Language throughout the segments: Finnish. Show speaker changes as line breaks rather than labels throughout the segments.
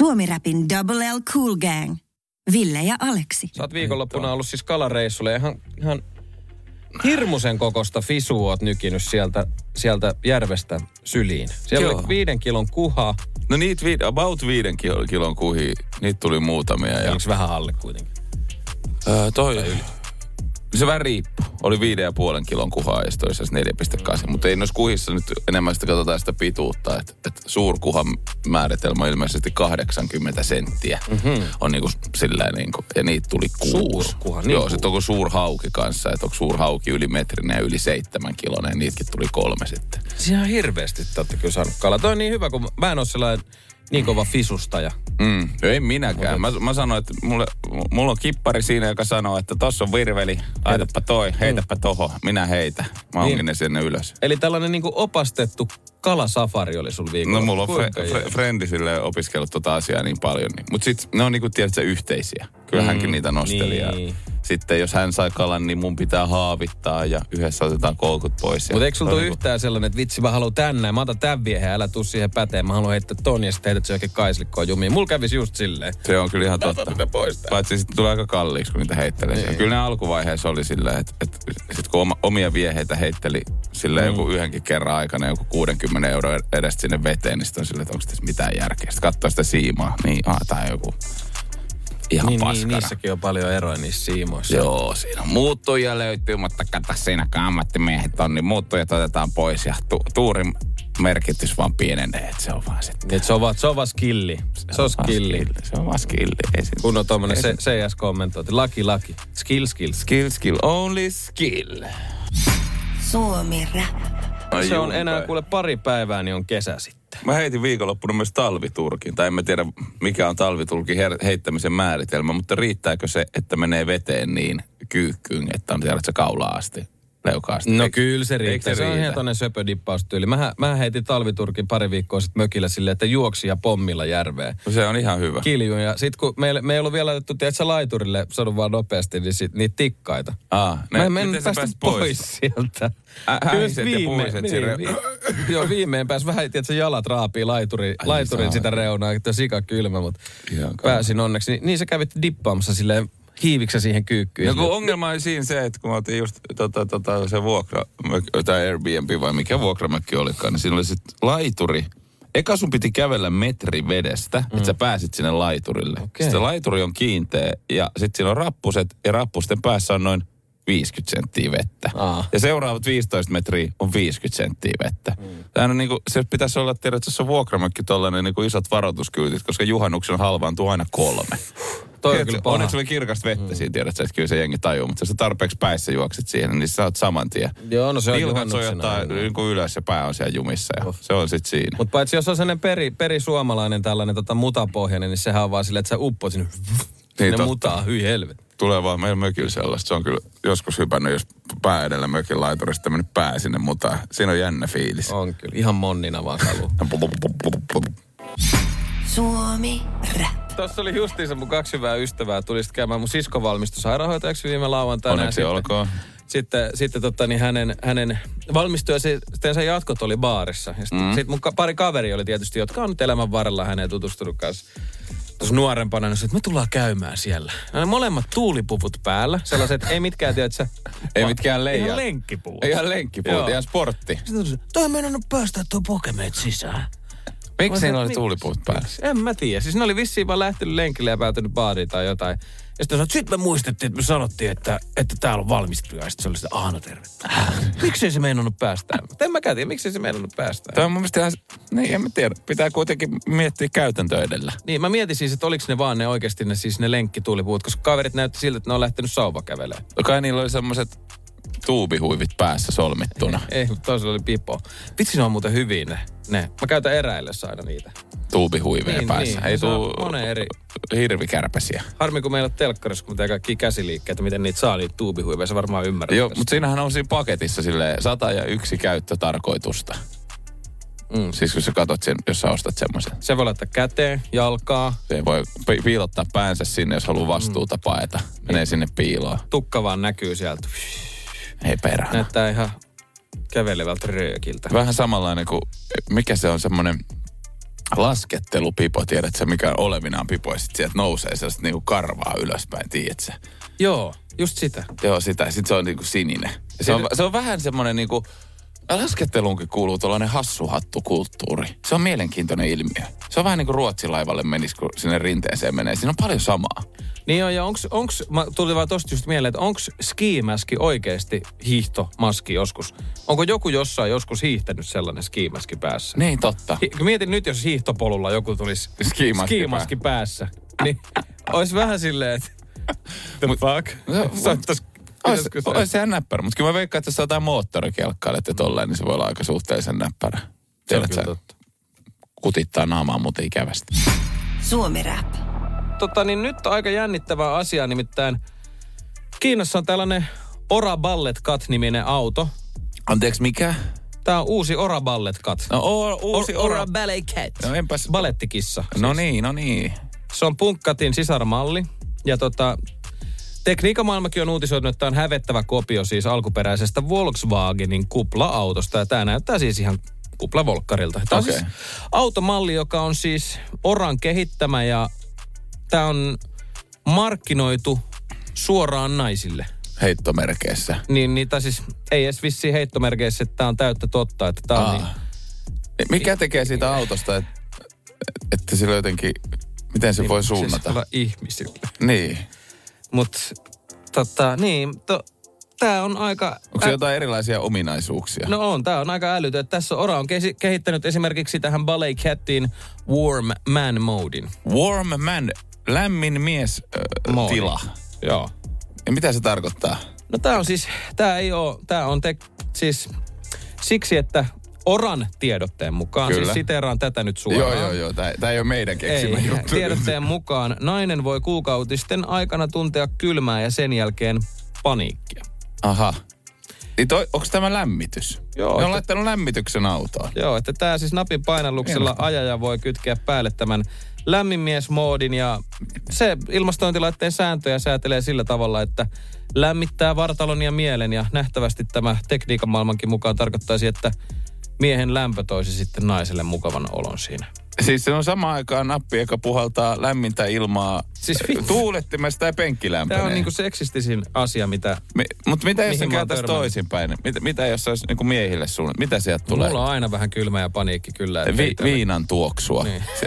Suomi-räpin Double L Cool Gang. Ville ja Aleksi.
Sä oot viikonloppuna ollut siis kalareissulle ja ihan, ihan hirmuisen kokosta fisua oot nykinyt sieltä, sieltä järvestä syliin. Siellä
Joo.
oli viiden kilon kuha,
No niitä viid, about viiden kil- kilon kuhi, niitä tuli muutamia. Ja,
oliko se vähän alle kuitenkin?
öö, toi, se vähän riippuu. Oli viiden ja puolen kilon kuhaa ja sitten oli 4,8. Mutta ei noissa kuhissa nyt enemmän sitä katsotaan sitä pituutta. Että et suurkuhan määritelmä on ilmeisesti 80 senttiä.
Mhm.
Mm-hmm. On niinku sillä niinku, ja niitä tuli kuusi.
Suurkuha, niin
Joo,
kuusi.
sitten onko suurhauki kanssa, että onko suurhauki yli metrinä ja yli seitsemän kilonen, niitäkin tuli kolme sitten.
Siinä on hirveästi Siis te ootte kyllä saanut kalaa. Toi on niin hyvä, kun mä en oo sellainen niin kova fisustaja.
Mm, ei minäkään. Mä, mä sanoin, että mulle, mulla on kippari siinä, joka sanoo, että tossa on virveli, laitapa toi, heitäpä toho, minä heitä. Mä onkin
Niin.
ne sinne ylös.
Eli tällainen niin kuin opastettu kalasafari oli sulla viikolla.
No mulla on
Kuinka
fre-
hieno?
fre- frendi sille opiskellut tota asiaa niin paljon. Niin. Mutta sit ne on niinku, tiedätkö, yhteisiä. Kyllä mm, hänkin niitä nosteli. Niin.
niin.
Ja sitten jos hän sai kalan, niin mun pitää haavittaa ja yhdessä otetaan koukut pois. ja-
Mutta eikö sulla
Se
tule
on niinku-
yhtään sellainen, että vitsi mä haluan tänne, mä otan tän viehen, älä tuu siihen päteen, mä haluan heittää ton ja sitten heität se johonkin kaislikkoon jumiin. Mulla kävisi just silleen.
Se on kyllä ihan totta. Paitsi sitten tulee aika kalliiksi, kun niitä heittelee. Niin. Kyllä ne alkuvaiheessa oli silleen, että, että sit kun oma, omia vieheitä heitteli silleen mm. joku yhdenkin kerran aikana joku 60 euroa edestä sinne veteen, niin sitten on silleen, että onko tässä mitään järkeä. Sitten katsoo sitä siimaa, niin aah, tää on joku ihan
Niin, niin,
paskana.
niissäkin on paljon eroja niissä siimoissa.
Joo, siinä on muuttujia löytyy, mutta kato siinä kun ammattimiehet on, niin muuttujat otetaan pois ja tu- tuurin merkitys vaan pienenee, että se on vaan sitten.
Niin, et se on vaan, se on vaan skilli. Se on skilli.
Se on vaan skilli. Ei siinä-
Kun on tommonen
ei
se, CS-kommentointi. Laki, laki. Skill, skill.
Skill, skill, only skill.
Suomi-rap.
Ai
Se on
juu,
enää
tai-
kuule pari päivää, niin on kesä sitten.
Mä heitin viikonloppuna myös talviturkin, tai en mä tiedä mikä on talviturkin her- heittämisen määritelmä, mutta riittääkö se, että menee veteen niin kyykkyyn, että on tiedätkö kaulaa asti, leukaa asti?
No
Eikö-
kyllä se
eikö
riittää. Se, on
riitä?
ihan toinen söpödippaustyyli. Mähän, mä heitin talviturkin pari viikkoa sitten mökillä silleen, että juoksi ja pommilla järveen.
No Se on ihan hyvä.
kiljuun. Ja sit kun meillä, me ei ollut vielä laitettu, tiedätkö, laiturille, sadun vaan nopeasti, niin sit, niitä tikkaita.
Aa,
Ne, Mä en
Niin, miten
mennyt
sä
päästä
pääsit
pois, pois sieltä.
Ä-
Kyllä
ähiset ja puiset siinä
niin,
re-
vi- joo, viimein pääsi vähän, tiedätkö, jalat raapii laituri,
Ai
laiturin
saa.
sitä reunaa, että sika kylmä, mutta
Ihan
pääsin onneksi. Niin, niin sä kävit dippaamassa silleen hiiviksä siihen kyykkyyn.
No kun ongelma oli siinä se, että kun mä otin just tota, tota, se vuokra, tai Airbnb vai mikä vuokramökki olikaan, niin siinä oli sit laituri. Eka sun piti kävellä metri vedestä, mm. että sä pääsit sinne laiturille. Okay. Sitten se laituri on kiinteä ja sitten siinä on rappuset ja rappusten päässä on noin 50 senttiä vettä.
Aa.
Ja seuraavat 15 metriä on 50 senttiä vettä. Mm. Tämähän on niinku, se pitäisi olla, tiedät, että se on vuokramökki tollainen niinku isot varoituskyltit, koska juhannuksen halvaantuu aina kolme.
Toi on
Tiedätkö,
kyllä paha.
Onneksi oli kirkasta vettä mm. siinä, tiedätkö, että kyllä se jengi tajuu, mutta jos sä tarpeeksi päissä juokset siihen, niin sä oot saman tien.
Joo, no se on
Pilkat
juhannuksena
sojottaa
aina.
niin kuin ylös ja pää on siellä jumissa ja se on sit siinä.
Mutta paitsi jos on sellainen peri, perisuomalainen tällainen tota, mutapohjainen, niin sehän on vaan silleen, että sä uppoat sinne. Niin,
totta.
ne mutaa, hyi helvetti.
Tulee vaan meillä mökillä sellaista. Se on kyllä joskus hypännyt, jos pää edellä mökin laiturista mennyt pää sinne mutaan. Siinä on jännä fiilis.
On kyllä, ihan monnina vaan kaluu.
Suomi-rap.
Tuossa oli justiinsa mun kaksi hyvää ystävää. Tuli sitten käymään mun sisko valmistui sairaanhoitajaksi viime lauantaina. ja
Onneksi
sitten-
olkoon.
Sitten, sitten tota, niin hänen, hänen valmistuesseensa jatkot oli baarissa. Ja sitten mm. sit mun ka- pari kaveri oli tietysti, jotka on nyt elämän varrella häneen tutustunut kanssa. Tuossa nuorempana, niin sanoin, että me tullaan käymään siellä. No ne molemmat tuulipuvut päällä, sellaiset, ei mitkään, tiedätkö,
Ei mitkään leijat.
Ihan lenkkipuvut.
Ihan lenkkipuut,
Joo.
ihan sportti.
Toi on meinannut päästä tuo Pokemeet sisään.
Miksi siinä
Mä
oli
sanoin,
tuulipuut päällä?
En mä tiedä. Siis ne oli vissiin vaan lähtenyt lenkille ja päätynyt baariin tai jotain. Ja sitten sanoit, sit me muistettiin, että me sanottiin, että, että täällä on valmistuja. Ja sitten se oli sitä, aah no terve.
Äh.
miksei se meinannut päästään? Mut En mä tiedä, miksei se meinannut päästään.
Tämä on mun mielestä ihan, niin en mä tiedä. Pitää kuitenkin miettiä käytäntö edellä.
Niin, mä mietin siis, että oliko ne vaan ne oikeasti ne, siis ne lenkkituulipuut, koska kaverit näytti siltä, että ne on lähtenyt sauvakävelemään.
No Kai niillä oli semmoiset tuubihuivit päässä solmittuna.
Ei, mutta toisella oli pipo. Vitsi, ne on muuten hyvin ne. ne. Mä käytän eräillessä aina niitä.
Tuubihuiveja
Niin,
päässä.
niin.
Ei
Se on
tuu
monen eri-
hirvikärpäsiä.
Harmi, kun meillä on telkkarissa, kun me tehdään kaikki käsiliikkeitä, miten niitä saa niitä tuubihuiveja, sä varmaan ymmärrät.
Joo,
tästä.
mutta siinähän on siinä paketissa sille 100 ja yksi käyttötarkoitusta.
Mm.
Mm. Siis kun sä katot sen, jos sä ostat semmoisen.
Se voi laittaa käteen, jalkaa,
Se voi pi- piilottaa päänsä sinne, jos
Mm.
haluaa vastuuta paeta.
Niin.
Menee sinne piiloon.
tukka vaan näkyy sieltä.
Ei perhana.
Näyttää ihan kävelevältä röökiltä.
Vähän samanlainen kuin, mikä se on semmoinen laskettelupipo, tiedät sä mikä on olevinaan pipo, ja sit sieltä nousee sellaista niinku karvaa ylöspäin, tiedät sä.
Joo, just sitä.
Joo, sitä. Sitten se on niinku sininen. Ja Se on, se on vähän semmoinen niinku, lasketteluunkin kuuluu tuollainen hassuhattukulttuuri. Se on mielenkiintoinen ilmiö. Se on vähän niin kuin ruotsilaivalle menisi, kun sinne rinteeseen menee. Siinä on paljon samaa.
Niin on, ja onks, onks, mä tuli vaan tosta just mieleen, että onks skiimäski oikeesti hiihtomaski joskus? Onko joku jossain joskus hiihtänyt sellainen skiimäski päässä?
Niin, totta.
Hi- Mietin nyt, jos hiihtopolulla joku tulisi
Skiimaski
skiimaski päässä, niin olisi vähän silleen, että the fuck?
Mut-
Saattais-
Ois,
pitäisikö se-
ois sehän näppärä, mutta kyllä mä veikkaan, että jos sä jotain moottorikelkkailet ja tolleen, niin se voi olla aika suhteellisen näppärä.
Se on
Tiedät
kyllä
sä,
totta.
kutittaa naamaa muuten ikävästi.
Suomi Rap.
Tota, niin nyt on aika jännittävää asiaa, nimittäin Kiinassa on tällainen Ora Ballet Cat-niminen auto.
Anteeksi, mikä?
Tämä on uusi Ora Ballet Cat.
No, o- uusi
Or-
ora...
Ora Ballet Cat.
No enpäs...
Balettikissa.
No niin, no niin.
Se on Punkkatin sisarmalli. Ja tota, tekniikan maailmakin on uutisoinut, että tämä on hävettävä kopio siis alkuperäisestä Volkswagenin kupla-autosta. Ja tämä näyttää siis ihan kuplavolkkarilta. Tämä on
Okei.
siis automalli, joka on siis Oran kehittämä ja tämä on markkinoitu suoraan naisille.
Heittomerkeissä.
Niin, niin tai siis ei edes vissiin heittomerkeissä, että tämä on täyttä totta. Että tämä on
Aa.
niin,
Mikä tekee siitä autosta, että, että sillä jotenkin, miten se voi suunnata?
Siis ihmisille.
Niin.
Mutta tota, niin, to, tämä on aika...
Onko se jotain erilaisia ominaisuuksia?
No on, tämä on aika älytön. Tässä Ora on kesi- kehittänyt esimerkiksi tähän Ballet Catin Warm Man Modin.
Warm man, lämmin mies ö,
Moodi.
tila.
Joo.
Ja mitä se tarkoittaa?
No tämä on siis, tämä ei ole, tämä on te, siis siksi, että Oran tiedotteen mukaan,
Kyllä.
siis siteeraan tätä nyt
Joo,
suoraan.
joo, joo. Tämä ei ole meidän
Ei,
keksimä juttu.
tiedotteen mukaan nainen voi kuukautisten aikana tuntea kylmää ja sen jälkeen paniikkia.
Aha. Niin toi, onko tämä lämmitys?
Joo,
Ne on
että-
laittanut lämmityksen autoon.
Joo, että tämä siis napin painalluksella ajaja voi kytkeä päälle tämän lämminmiesmoodin ja se ilmastointilaitteen sääntöjä säätelee sillä tavalla, että lämmittää vartalon ja mielen ja nähtävästi tämä tekniikan maailmankin mukaan tarkoittaisi, että miehen lämpö toisi sitten naiselle mukavan olon siinä.
Siis se on samaan aikaan nappi, joka puhaltaa lämmintä ilmaa
Siis vitsi.
tuulettimesta ja penkkilämpöinen.
Tämä on niinku seksistisin asia, mitä
Mutta mitä jos
Mihin
se
mä oon
kääntäisi
törmännyt?
toisinpäin? Mitä, mitä jos se olisi niinku miehille suunnat? Mitä sieltä tulee?
mulla on aina vähän kylmä ja paniikki kyllä. että ei
Vi,
tää-
viinan tuoksua.
Niin.
Se,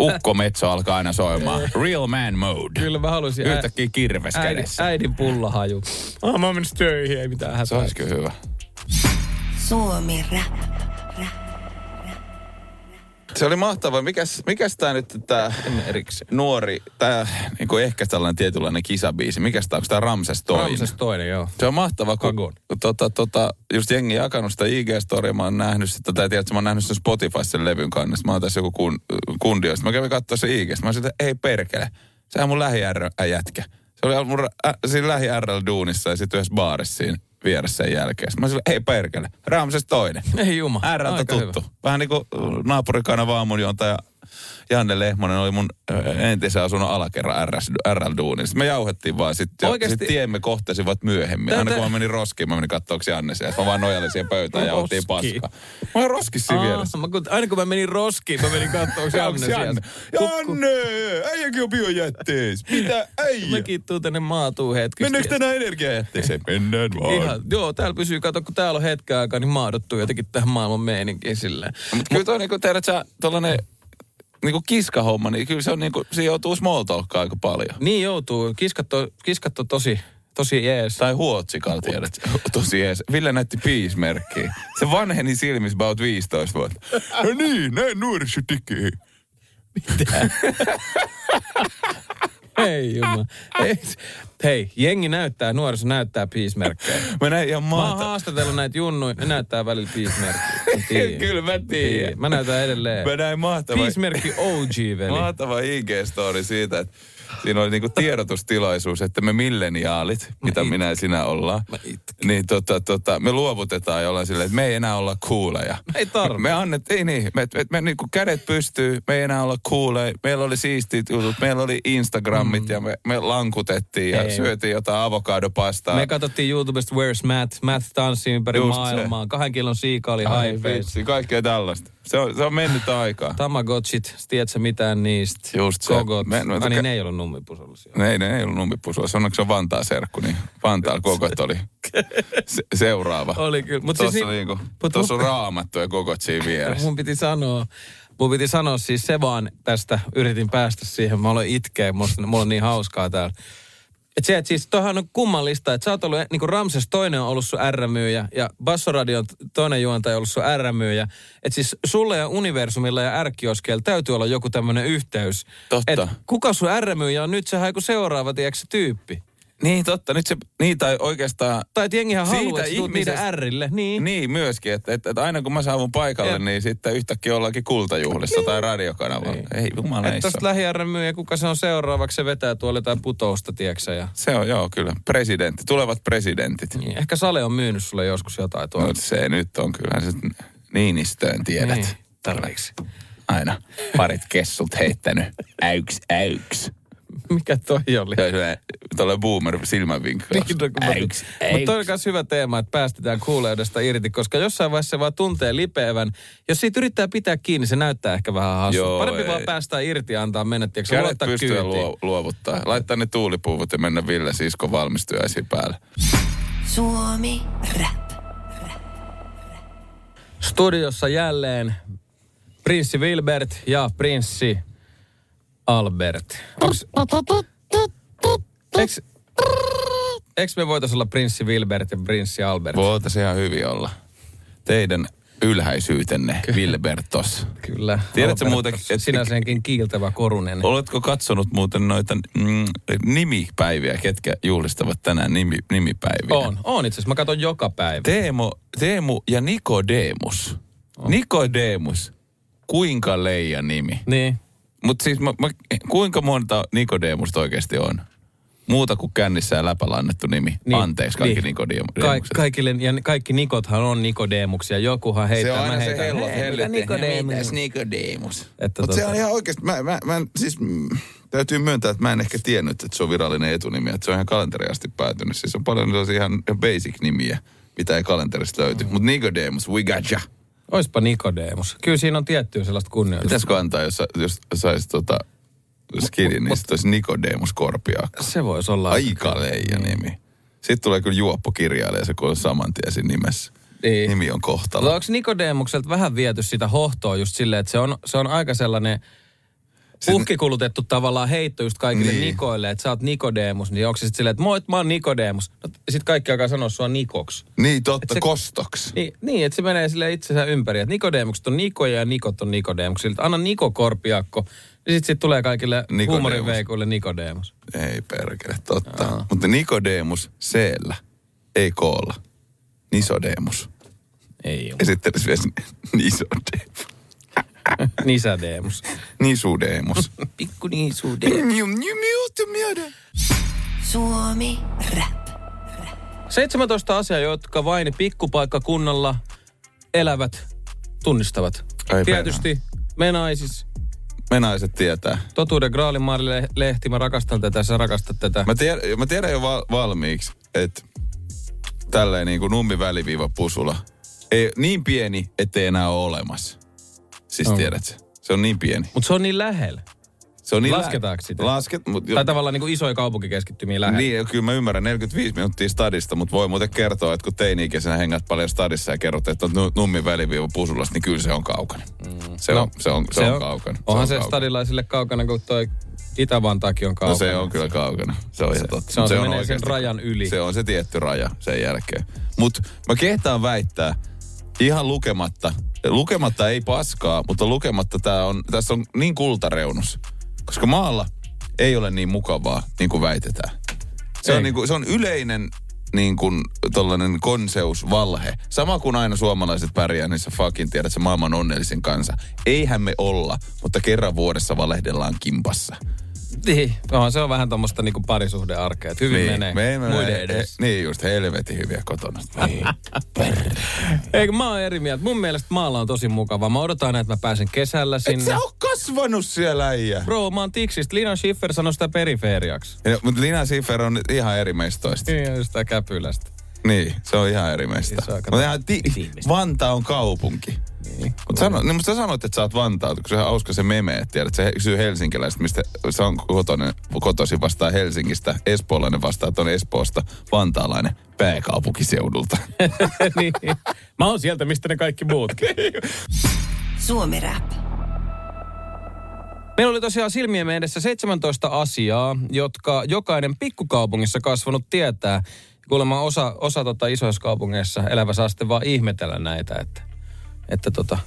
ukko metso alkaa aina soimaan. Real man mode.
Kyllä mä haluaisin ä-
Yhtäkkiä kirves
äidin,
kädessä.
äidin pullahaju. Ah, mä oon mennyt töihin, ei mitään
Se
hätää.
olisi kyllä hyvä.
Suomi Rap.
Se oli mahtavaa. Mikäs, mikäs tää nyt tää
erikseen.
nuori, tää niinku ehkä tällainen tietynlainen kisabiisi. Mikäs tää, onko tää Ramses toinen?
Ramses siis toinen, joo.
Se on mahtava, kun
Kagon.
tota, tota, just jengi jakanut sitä IG-storia, mä oon nähnyt sitä, tai tiedätkö, mä oon nähnyt sen Spotify sen levyn kannessa, mä oon tässä joku kun, kundi, josta mä kävin katsoa se IG, mä sanoin, että ei perkele, sehän on mun lähi jätkä. Se oli mun ä, siinä lähi duunissa ja sitten yhdessä baarissa siinä vieressä sen jälkeen. Sit Mä sanoin, ei perkele, Ramses toinen.
Ei juma.
r
Aika
tuttu. Vähän niin kuin naapurikanava aamunjontaja Janne Lehmonen oli mun ö, entisen asunnon alakerran RS, RL-duunissa. Me jauhettiin vaan sitten.
Oikeesti?
Sit tiemme kohtasivat myöhemmin.
Tätä-
Aina kun mä menin roskiin, mä menin katsoa, onko Janne siellä. Mä vaan nojailin siihen pöytään ja otin
Roski.
paskaa. Mä olin roskissa
Aa,
vieressä.
Mä, kun, aina kun mä menin roskiin, mä menin katsoa, onko Janne
Onks
siellä.
Janne? Janne! Äijäkin on biojätteis. Mitä äijä?
Mäkin tuu tänne maatuu hetkeksi.
Mennäänkö tänään energiajätteeseen? Mennään vaan.
Ihan, joo, täällä pysyy, kato, kun täällä on hetken aikaa, niin maadottuu jotenkin tähän maailman meininkiin silleen.
Mutta kyllä toi niinku, tiedät sä, tollanen niinku kiskahomma, niin kyllä se on niinku, se joutuu small talkkaa aika paljon.
Niin joutuu, kiskat on, kiskat on tosi, tosi jees.
Tai huotsikalla tiedät sä. Tosi jees. Ville näytti piismerkkiä. Se vanheni silmissä about 15 vuotta. No niin, näin nuoriso tekee.
Ei jumma. Ei, hei, jengi näyttää, nuoriso näyttää piismerkkejä.
Mä näin ihan
Mä oon
maata.
haastatellut näitä junnuja, ne näyttää välillä piismerkkejä. Mä tiedän.
Kyllä mä tiedän.
Mä näytän edelleen.
Mä näin mahtavaa.
Piismerkki OG, veli.
Mahtava IG-story siitä, että siinä oli niinku tiedotustilaisuus, että me milleniaalit, mitä minä ja sinä ollaan, niin tota, tota, me luovutetaan ja ollaan silleen, että me ei enää olla kuuleja.
No Ei tarvi.
Me annettiin, niin, me, me, me niinku kädet pystyy, me ei enää olla kuuleja. Meillä oli siistit jutut, meillä oli Instagramit mm. ja me, me lankutettiin ja
Ei.
syötiin jotain avokadopastaa.
Me katsottiin YouTubesta Where's Matt? Matt tanssi ympäri
Just
maailmaa. Kahden kilon siika oli
Ai
haifeissa.
vitsi, kaikkea tällaista. Se on, se on mennyt aikaa.
Tamagotchit, tiedätkö mitään niistä?
Just se.
Kogot. Me,
Me- me-
me, niin, ne ei ollut nummipusollisia.
Ne ei, ne ei ollut nummipusua. Se onneksi on Vantaan serkku, niin Vantaalla kokot oli se, seuraava.
Oli kyllä. Mut
Tuossa,
siis niin-
niinku,
mut-
tuossa on raamattu ja kokot siinä vieressä.
Mun piti sanoa, mun piti sanoa siis se vaan tästä, yritin päästä siihen, mä aloin itkeä, musta, mulla on niin hauskaa täällä. Et se, et siis toihan on kummallista, että sä oot ollut, niinku Ramses toinen on ollut sun R-myyjä ja Bassoradion t- toinen juontaja on ollut sun R-myyjä. Et siis sulle ja Universumilla ja r täytyy olla joku tämmöinen yhteys.
Totta.
Et kuka sun R-myyjä on nyt, sehän on joku seuraava, tiedätkö se tyyppi.
Niin totta, nyt se, niin tai oikeastaan
Tai et jengihän
Siitä
haluaa, että sä tuut
ihmisestä-
niiden Rille. Niin.
niin myöskin, että, että, että aina kun mä saavun paikalle,
Jep.
niin sitten yhtäkkiä ollaankin kultajuhlissa tai radiokanavalla.
Niin.
Ei
Että
jumaleissa.
tosta lähi myyjä, kuka se on seuraavaksi, se vetää tuolla jotain putousta, tieksä. Ja...
Se on, joo, kyllä. Presidentti, tulevat presidentit.
Niin, ehkä Sale on myynyt sulle joskus jotain
No
tuolla.
se nyt on kyllä se Niinistöön tiedät.
Niin, tarviiks.
Aina parit kessut heittänyt. Äyks, äyks.
Mikä toi oli?
Ja se- Tuolle boomer silmänvinkkaus.
Niin, no,
Äyks,
Mutta toi
äyks.
on myös hyvä teema, että päästetään kuuleudesta irti, koska jossain vaiheessa se vaan tuntee lipeävän. Jos siitä yrittää pitää kiinni, se näyttää ehkä vähän
Joo,
hassulta. Parempi
ei.
vaan päästää irti ja antaa mennä, tiedätkö,
Kädet
luottaa
pystyy
kyytiin.
luo, luovuttaa. Laittaa ne tuulipuvut ja mennä Ville Sisko valmistujaisiin päälle.
Suomi Rap.
Studiossa jälleen prinssi Wilbert ja prinssi Albert. Onks... Eks... Eks me voitais olla prinssi Wilbert ja prinssi Albert?
Voitaisi ihan hyvin olla. Teidän ylhäisyytenne, Vilbertos.
Kyllä.
Tiedätkö
Albert
muuten,
on
että-
Sinänsäkin kiiltävä korunen.
Oletko katsonut muuten noita mm, nimipäiviä, ketkä juhlistavat tänään nimi, nimipäiviä?
On, on itse asiassa. Mä katson joka päivä.
Teemo, Teemu ja Nikodemus. Nikodemus. Kuinka leija nimi?
Niin.
Mutta siis mä, mä, kuinka monta Nikodemusta oikeasti on? Muuta kuin kännissä ja läpällä annettu nimi.
Niin,
Niin, Anteeksi kaikki niin.
niin.
Nikodemukset.
Ka- kaikille, ja kaikki nikothan on nikodemuksia. Jokuhan heittää, mä heitän. Hei, mitä Nikodemus?
Nikodemus?
Että
Mutta se
tota-
on ihan oikeasti, mä, mä, mä en- siis mm, täytyy myöntää, että mä en ehkä tiennyt, että se on virallinen etunimi, että se on ihan kalenteriasti päätynyt. Siis on paljon sellaisia ihan ihan basic-nimiä, mitä ei kalenterista löyty. Mutta Nicodemus, we gotcha.
Oispa Nikodemus. Kyllä siinä on tiettyä sellaista kunnioitusta.
Pitäisikö antaa, jos, sa- jos saisi tota skidin, niin sitten olisi Nicodemus Korpiakko.
Se voisi olla.
Aika leija nimi. Sitten tulee kyllä juoppokirjailija, se kun on saman tien siinä nimessä.
Niin.
Nimi on kohtalo.
Mutta onko Nikodemukselta vähän viety sitä hohtoa just silleen, että se on, se on aika sellainen puhkikulutettu tavallaan heitto just kaikille
Niin.
niin. Nikoille, että sä oot Nikodemus, niin onko se sitten silleen, että moi, mä oon Nikodemus. No, sitten kaikki alkaa sanoa sua Nikoksi.
Niin totta,
Et se-
kostoks.
Niin, niin että se menee sille itsensä ympäri, että Nikodemukset on Nikoja ja Nikot on Nikodemukset. Anna Niko Korpiakko, niin sitten sit tulee kaikille
Nikodemus.
huumorinveikuille Nikodemus.
Ei perkele, totta. Mutta Nikodemus C-llä, ei koolla. Nisodemus.
Ei
Ja
ole.
sitten edes vielä Nisodemus.
Nisädemus.
Nisudemus.
Pikku niisuudemus.
Miu, miu, miu, tu, miu, da.
Suomi Rap.
17 asiaa, jotka vain pikkupaikkakunnalla elävät tunnistavat.
Ai
Tietysti me naisis,
Me naiset tietää.
totuuden graalimaari lehti, mä rakastan tätä, sä rakastat tätä.
Mä tiedän, mä tiedän jo val- valmiiksi, että tälleen niin kuin nummi väliviiva pusula. Ei, niin pieni, ettei enää ole olemassa. Siis
Onko?
tiedät se. Se on niin pieni.
Mutta se on niin lähellä.
Se on niin lä-
Lasketaanko sitä?
Lasket, mut,
Tai tavallaan niin kuin isoja kaupunkikeskittymiä lähellä.
Niin, ja kyllä mä ymmärrän, 45 minuuttia stadista, mutta voi muuten kertoa, että kun teini-ikäisenä hengät paljon stadissa ja kerrot, että on nu- nummin väliviiva pusulasta, niin kyllä se on kaukana. Mm. Se, no, on, se, on, se, se on, kaukana.
Onhan
on
se,
kaukana.
stadilaisille kaukana, kun toi Itä-Vantaakin on kaukana.
No se on kyllä kaukana. Se on ihan totta.
se on-
Mut
se menee sen
oikeasti-
rajan yli.
Se on se tietty raja sen jälkeen. Mutta mä kehtaan väittää, ihan lukematta, lukematta ei paskaa, mutta lukematta tää on, tässä on niin kultareunus. Koska maalla ei ole niin mukavaa, niin kuin väitetään. Se, on,
Ei.
niin kuin, se on yleinen niin kuin tollainen konseusvalhe. Sama kuin aina suomalaiset pärjää niissä fucking tiedät, se maailman onnellisin kansa. Eihän me olla, mutta kerran vuodessa valehdellaan kimpassa.
Niin. Onhan se on vähän tuommoista niin parisuhdearkea, että hyvin menee
Niin, me ei mene
muiden
edes.
edessä.
Niin just, helvetin hyviä kotona. Niin.
Eikö mä oon eri mieltä? Mun mielestä maalla on tosi mukavaa. Mä odotan aina, että mä pääsen kesällä
Et
sinne.
sä oo kasvanut siellä äijä.
Bro, mä oon tiksistä. Lina Schiffer sanoi sitä periferiaksi.
Mutta Lina Siffer on ihan eri mestoista.
Niin, sitä käpylästä.
Niin, se on ihan eri mestä.
Isoa kata-
Mutta ihan ti-
Tiimistä.
Vantaa on kaupunki. Mutta sano, niin, mutta sä sanoit, että sä oot Vantaalta, kun se on hauska se meme, että tiedät, se kysyy helsinkiläiset, mistä se on kotoinen, kotoisin vastaa Helsingistä, espoolainen vastaa tuonne Espoosta, vantaalainen pääkaupunkiseudulta.
niin. Mä oon sieltä, mistä ne kaikki muutkin.
Suomi Rap.
Meillä oli tosiaan silmien edessä 17 asiaa, jotka jokainen pikkukaupungissa kasvanut tietää. Kuulemma osa, osa tota isoissa kaupungeissa elävä saa sitten vaan ihmetellä näitä, että, että tota,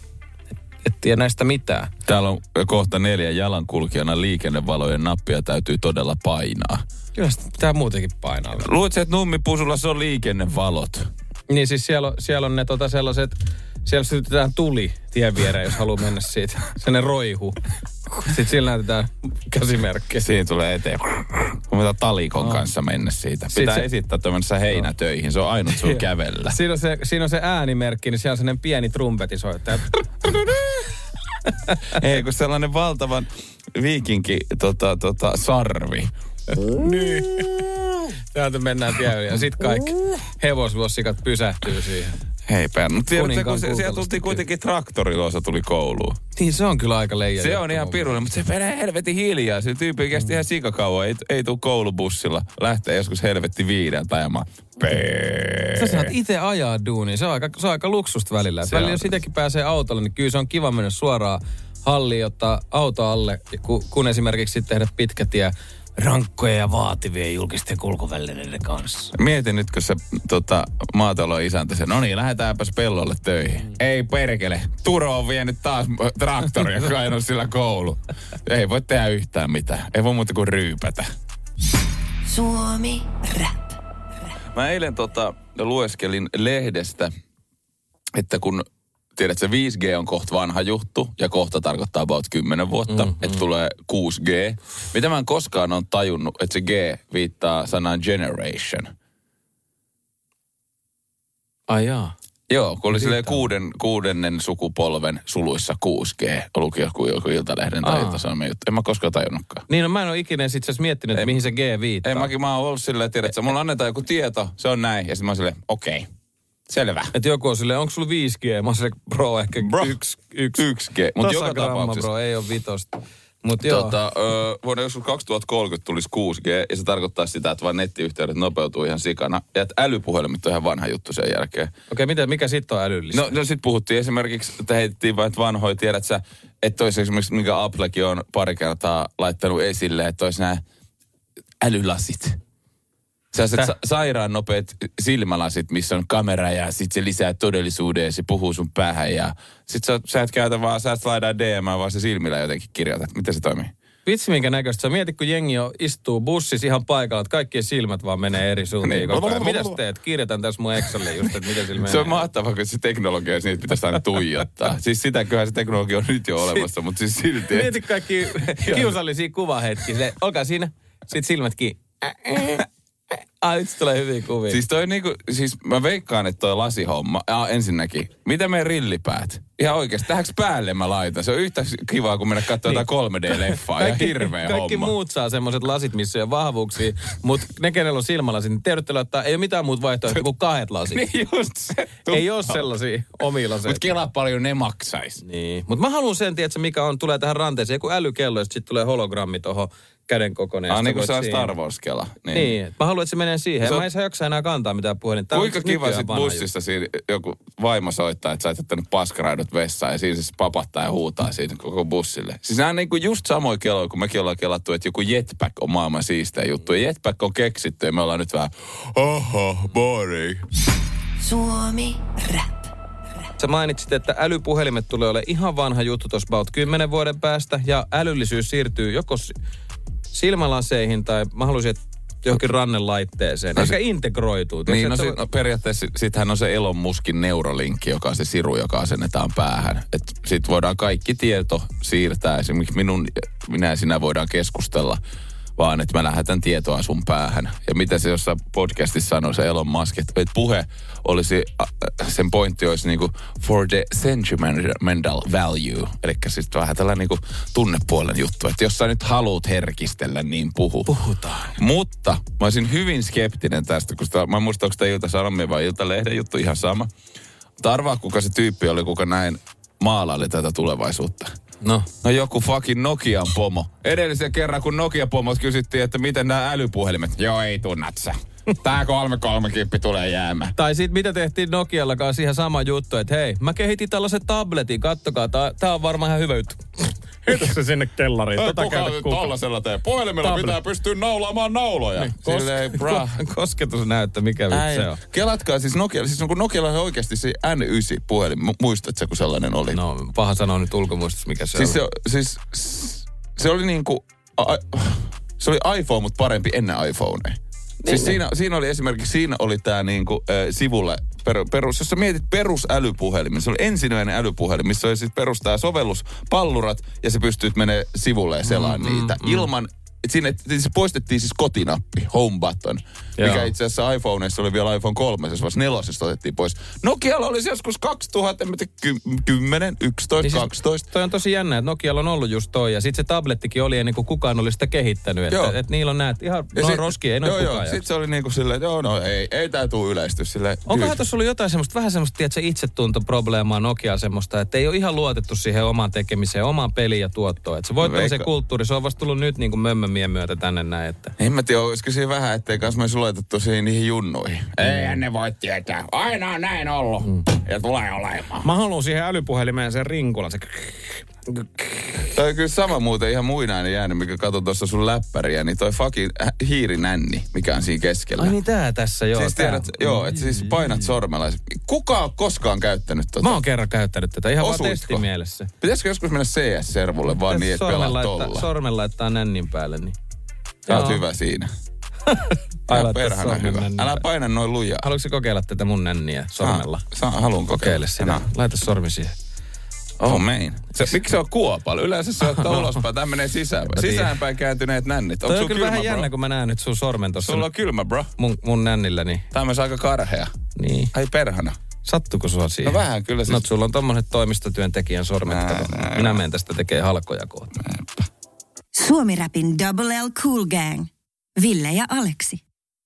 et, et tiedä näistä mitään.
Täällä on kohta neljä jalankulkijana liikennevalojen nappia täytyy todella painaa.
Kyllä sitä pitää muutenkin painaa.
Luuletko, että nummipusulassa on liikennevalot?
Niin siis siellä, on- siellä on ne tota sellaiset, siellä sytytetään tuli tien viereen, jos haluaa mennä siitä. Sellainen roihu. Sitten sillä näytetään käsimerkkiä.
Siinä tulee eteen. Kun pitää talikon kanssa mennä siitä.
Sit
Pitää
se-
esittää tämmöisessä heinätöihin. Se on ainut sun kävellä.
Siinä on, se, siinä on se äänimerkki, niin siellä on sellainen pieni trumpetisoittaja.
Ei, kun sellainen valtavan viikinki tota, tota, sarvi.
Niin. Täältä mennään tien yli ja sitten kaikki hevosvuossikat pysähtyy siihen.
Hei pään. No, tiedätkö,
Kuninkaan
kun se, siellä
kultalaisten
tultiin
tyyli.
kuitenkin traktorilla, osa tuli kouluun.
Niin se on kyllä aika leijä.
Se on ihan pirullinen, mutta se menee helvetin hiljaa. Se tyyppi kesti ihan sikakauan. Ei, ei tuu koulubussilla. Lähtee joskus helvetti viideltä ajamaan. Pee.
Sä saat itse ajaa duuni. Se on aika, se on aika luksusta välillä.
Se
Se välillä
on.
on. jos itsekin pääsee autolle, niin kyllä se on kiva mennä suoraan halliin, ottaa auto alle, kun, kun esimerkiksi sitten tehdä pitkä tie rankkojen ja vaativien julkisten kulkuvälineiden kanssa.
Mietin nyt, kun se tota, maatalon isäntä se, no niin, lähdetäänpäs pellolle töihin. Ei perkele, Turo on vienyt taas ö, traktoria, kun aina on sillä koulu. Ei voi tehdä yhtään mitään, ei voi muuta kuin ryypätä.
Suomi Rap.
Mä eilen tota, lueskelin lehdestä, että kun tiedät, se 5G on kohta vanha juttu ja kohta tarkoittaa about 10 vuotta, mm-hmm. että tulee 6G. Mitä mä en koskaan on tajunnut, että se G viittaa sanaan generation.
Ai jaa.
Joo, kun oli silleen kuuden, kuudennen sukupolven suluissa 6G, luki joku, joku iltalehden tai
Aa.
iltasanomien juttu. En mä koskaan tajunnutkaan.
Niin no, mä en ole ikinä itse asiassa miettinyt, Ei. mihin se G viittaa.
Ei mäkin, mä oon ollut silleen, tiedät, että mulla annetaan joku tieto, se on näin. Ja sitten mä oon silleen, okei, okay, selvä.
Että joku on silleen, onko sulla 5G? Mä oon silleen, bro, ehkä
Bro.
yksi. Yksi.
Yksi G. Mutta joka
Tasagramma,
tapauksessa.
bro, ei ole vitosta. Mut joo.
Tota, ö, vuonna joskus 2030 tulisi 6G ja se tarkoittaa sitä, että vain nettiyhteydet nopeutuu ihan sikana. Ja että älypuhelimet on ihan vanha juttu sen jälkeen.
Okei, mitä, mikä sitten on älyllistä?
No, no sit puhuttiin esimerkiksi, että heitettiin vain, että vanhoja tiedät sä, että toisi esimerkiksi, mikä Applekin on pari kertaa laittanut esille, että olisi nämä älylasit. Sellaiset
Täh.
sa- sairaan nopeat silmälasit, missä on kamera ja sit se lisää todellisuuden ja se puhuu sun päähän ja sit sä, sä et käytä vaan, sä et slaidaa DM, vaan se silmillä jotenkin kirjoitat. Miten se toimii?
Vitsi minkä näköistä. Sä mietit, kun jengi on, istuu bussissa ihan paikalla, että kaikkien silmät vaan menee eri
Niin.
suuntiin. koko ajan. Mitä sä teet? Kirjoitan tässä mun Exceliin just, että miten sillä menee.
Se on mahtavaa, kun se teknologia, jos niitä pitäisi aina tuijottaa. siis sitäköhän se teknologia on nyt jo olemassa, mutta siis silti. et-
Mieti kaikki kiusallisia kuvahetkiä. Silleen, Olkaa siinä. Sitten silmätkin. Ai, nyt tulee hyviä kuvia.
Siis toi niinku, siis mä veikkaan, että toi lasihomma, ja ensinnäkin, mitä meidän rillipäät? Ihan oikeesti, tähänkö päälle mä laitan? Se on yhtä kivaa, kun mennä katsoa jotain 3D-leffaa, ja hirveä
Niin. kaikki
homma.
muut saa semmoiset lasit, missä ei ole vahvuuksia, mutta ne, kenellä on silmälasit, niin te yritätte laittaa, ei ole mitään muuta vaihtoehtoa kuin kahdet lasit.
Niin just se.
ei ole sellaisia omilla se.
Mut kelaa paljon ne maksais.
Niin. Mutta mä haluan sen, tiedätkö, mikä on, tulee tähän ranteeseen, joku älykello, ja sitten tulee hologrammi tuohon käden kokoneen.
Ah, niin kuin se on Star Wars kela. Niin.
Niin, et mä haluan, että se menee siihen.
Se
Se...
on-
Mä en saa jaksa enää kantaa mitään puhelinta. Tää on
Kuinka
siis
kiva
nykyään
sit
vanha
bussissa siinä joku vaimo soittaa, että sä et jättänyt paskaraidot vessaan ja siinä siis papattaa ja huutaa siinä koko bussille. Siis nämä on niinku just samoja keloja, kun mekin ollaan kelattu, että joku jetpack on maailman siisteä juttu. Ja jetpack on keksitty ja me ollaan nyt vähän, oho, boring.
Suomi Rap.
juttu. Sä mainitsit, että älypuhelimet tulee olemaan ihan vanha juttu tuossa about 10 vuoden päästä, ja älyllisyys siirtyy joko si- silmälaseihin tai mä haluaisin, että johonkin rannelaitteeseen. No, se... integroituu.
Niin,
Tiedätkö,
no,
että
sit, no periaatteessa sittenhän on se Elon Muskin neurolinkki, joka on se siru, joka asennetaan päähän. Sitten voidaan kaikki tieto siirtää. Esimerkiksi minun, minä ja sinä voidaan keskustella, vaan että mä lähetän tietoa sun päähän. Ja mitä se jossain podcastissa sanoi se Elon Musk, että että puhe olisi, äh, sen pointti olisi niinku for the sentimental value. Eli siis vähän tällainen niinku tunnepuolen juttu, että jos sä nyt haluat herkistellä, niin puhu. Puhutaan. Mutta mä olisin hyvin skeptinen tästä, kun sitä, mä en muista, onko tämä Ilta-Sanomien vai Iltalehden juttu ihan sama. Mutta arvaa, kuka se tyyppi oli, kuka näin maalaili tätä tulevaisuutta.
No.
No joku fucking Nokian pomo. Edellisen kerran, kun Nokia-pomot kysyttiin, että miten nämä älypuhelimet. Joo, ei tunnat sä. Tää 330 tulee jäämään.
Tai sitten mitä tehtiin Nokialla kanssa ihan sama juttu, että hei, mä kehitin tällaisen tabletin, kattokaa, tää, tää on varmaan ihan hyvä juttu. Heitä se sinne kellariin, tota
Ei kukaan nyt tollasella tee. Puhelimella
Tablet.
pitää pystyä naulaamaan nauloja. Niin,
Kos- kosketusnäyttö, mikä vittu se on.
Kelatkaa siis Nokia, siis kun Nokialla on oikeasti se N9-puhelin, Mu- muistatko sä, kun sellainen oli?
No, paha sanoa nyt ulkomuistus, mikä se
Siis
on.
se, siis, se oli niinku, a, se oli iPhone, mutta parempi ennen iPhonea. Niin, siis siinä, siinä, oli esimerkiksi, siinä oli tää niinku, äh, sivulle, per, perus, jos sä mietit perusälypuhelimen, se oli ensimmäinen älypuhelin, missä oli siis perus tää sovellus, pallurat, ja sä pystyt menee sivulle ja selaan mm, niitä. Mm, ilman, et siinä et, siis poistettiin siis kotinappi, home button, Joo. mikä
Joo.
itse asiassa iPhoneissa oli vielä iPhone 3, vaan nelosesta otettiin pois. Nokialla oli se joskus 2000, en mä tiedä, 10, 11,
Niin
niin
siis
12.
Toi on tosi jännä, että Nokialla on ollut just toi, ja sitten se tablettikin oli ennen kuin kukaan oli sitä kehittänyt.
Joo.
Että et niillä on näet ihan
Ja
no
sit-
roski, ei noin
Joo,
kukaan
joo.
jaksa.
Sitten se oli niinku silleen, että joo, no ei, ei tää tuu yleisty silleen.
Onkohan
dude.
tuossa ollut jotain semmoista, vähän semmoista, tiedätkö, itsetuntoprobleemaa Nokiaa semmoista, että ei ole ihan luotettu siihen omaan tekemiseen, omaan peliin ja tuottoon. Että se voittamisen
Veikka-
kulttuuri, se on vasta tullut nyt niin kuin mömmömien myötä tänne näin, että...
En mä tiedä, olisiko siinä vähän, ettei kanssa me laitettu siihen niihin junnuihin.
Mm.
Eihän ne voi tietää. Aina on näin ollut. Mm. Ja tulee olemaan.
Mä haluan siihen älypuhelimeen sen rinkulan, se...
Toi on kyllä sama muuten ihan muinainen jäänyt, mikä katso tuossa sun läppäriä, niin toi fucking äh, hiirinänni, mikä on siinä keskellä.
Ai niin tää tässä, joo.
siis
tää.
tiedät, joo, että siis painat sormella. Kuka on koskaan käyttänyt tota?
Mä oon kerran käyttänyt tätä, ihan
Osuitko?
vaan testimielessä.
Pitäisikö joskus mennä CS-servulle vaan niin, että
sormen,
pelaat
laittaa,
tolla?
sormen laittaa nännin päälle, niin...
Sä oot
Joo.
hyvä siinä.
Älä
Älä
laita
perhana
sormen
hyvä.
nännin
Älä
päälle.
paina noin lujaa.
Haluatko sä kokeilla tätä mun nänniä sormella?
Saa- Saa, haluan kokeilla.
Kokeile sitä. Laita sormi siihen.
Oh, mein. Se, miksi se on kuopalla? Yleensä se on no. ulospäin. Tämä menee sisäänpäin.
tiedän.
Sisäänpäin kääntyneet nännit.
Toi
Onko
on
sulla
kyllä
kylmä,
vähän
bro?
jännä, kun mä näen nyt sun sormen tossa
Sulla on kylmä, bro.
mun, mun nännillä, niin...
Tämä on myös aika karhea.
Niin.
Ai perhana.
Sattuko sua siihen?
No vähän kyllä siis.
No sulla on tommoset toimistotyöntekijän sormet.
Nää,
kato.
nää.
Minä menen tästä tekee halkoja kohta.
Suomi Rapin Double L Cool Gang. Ville ja Aleksi.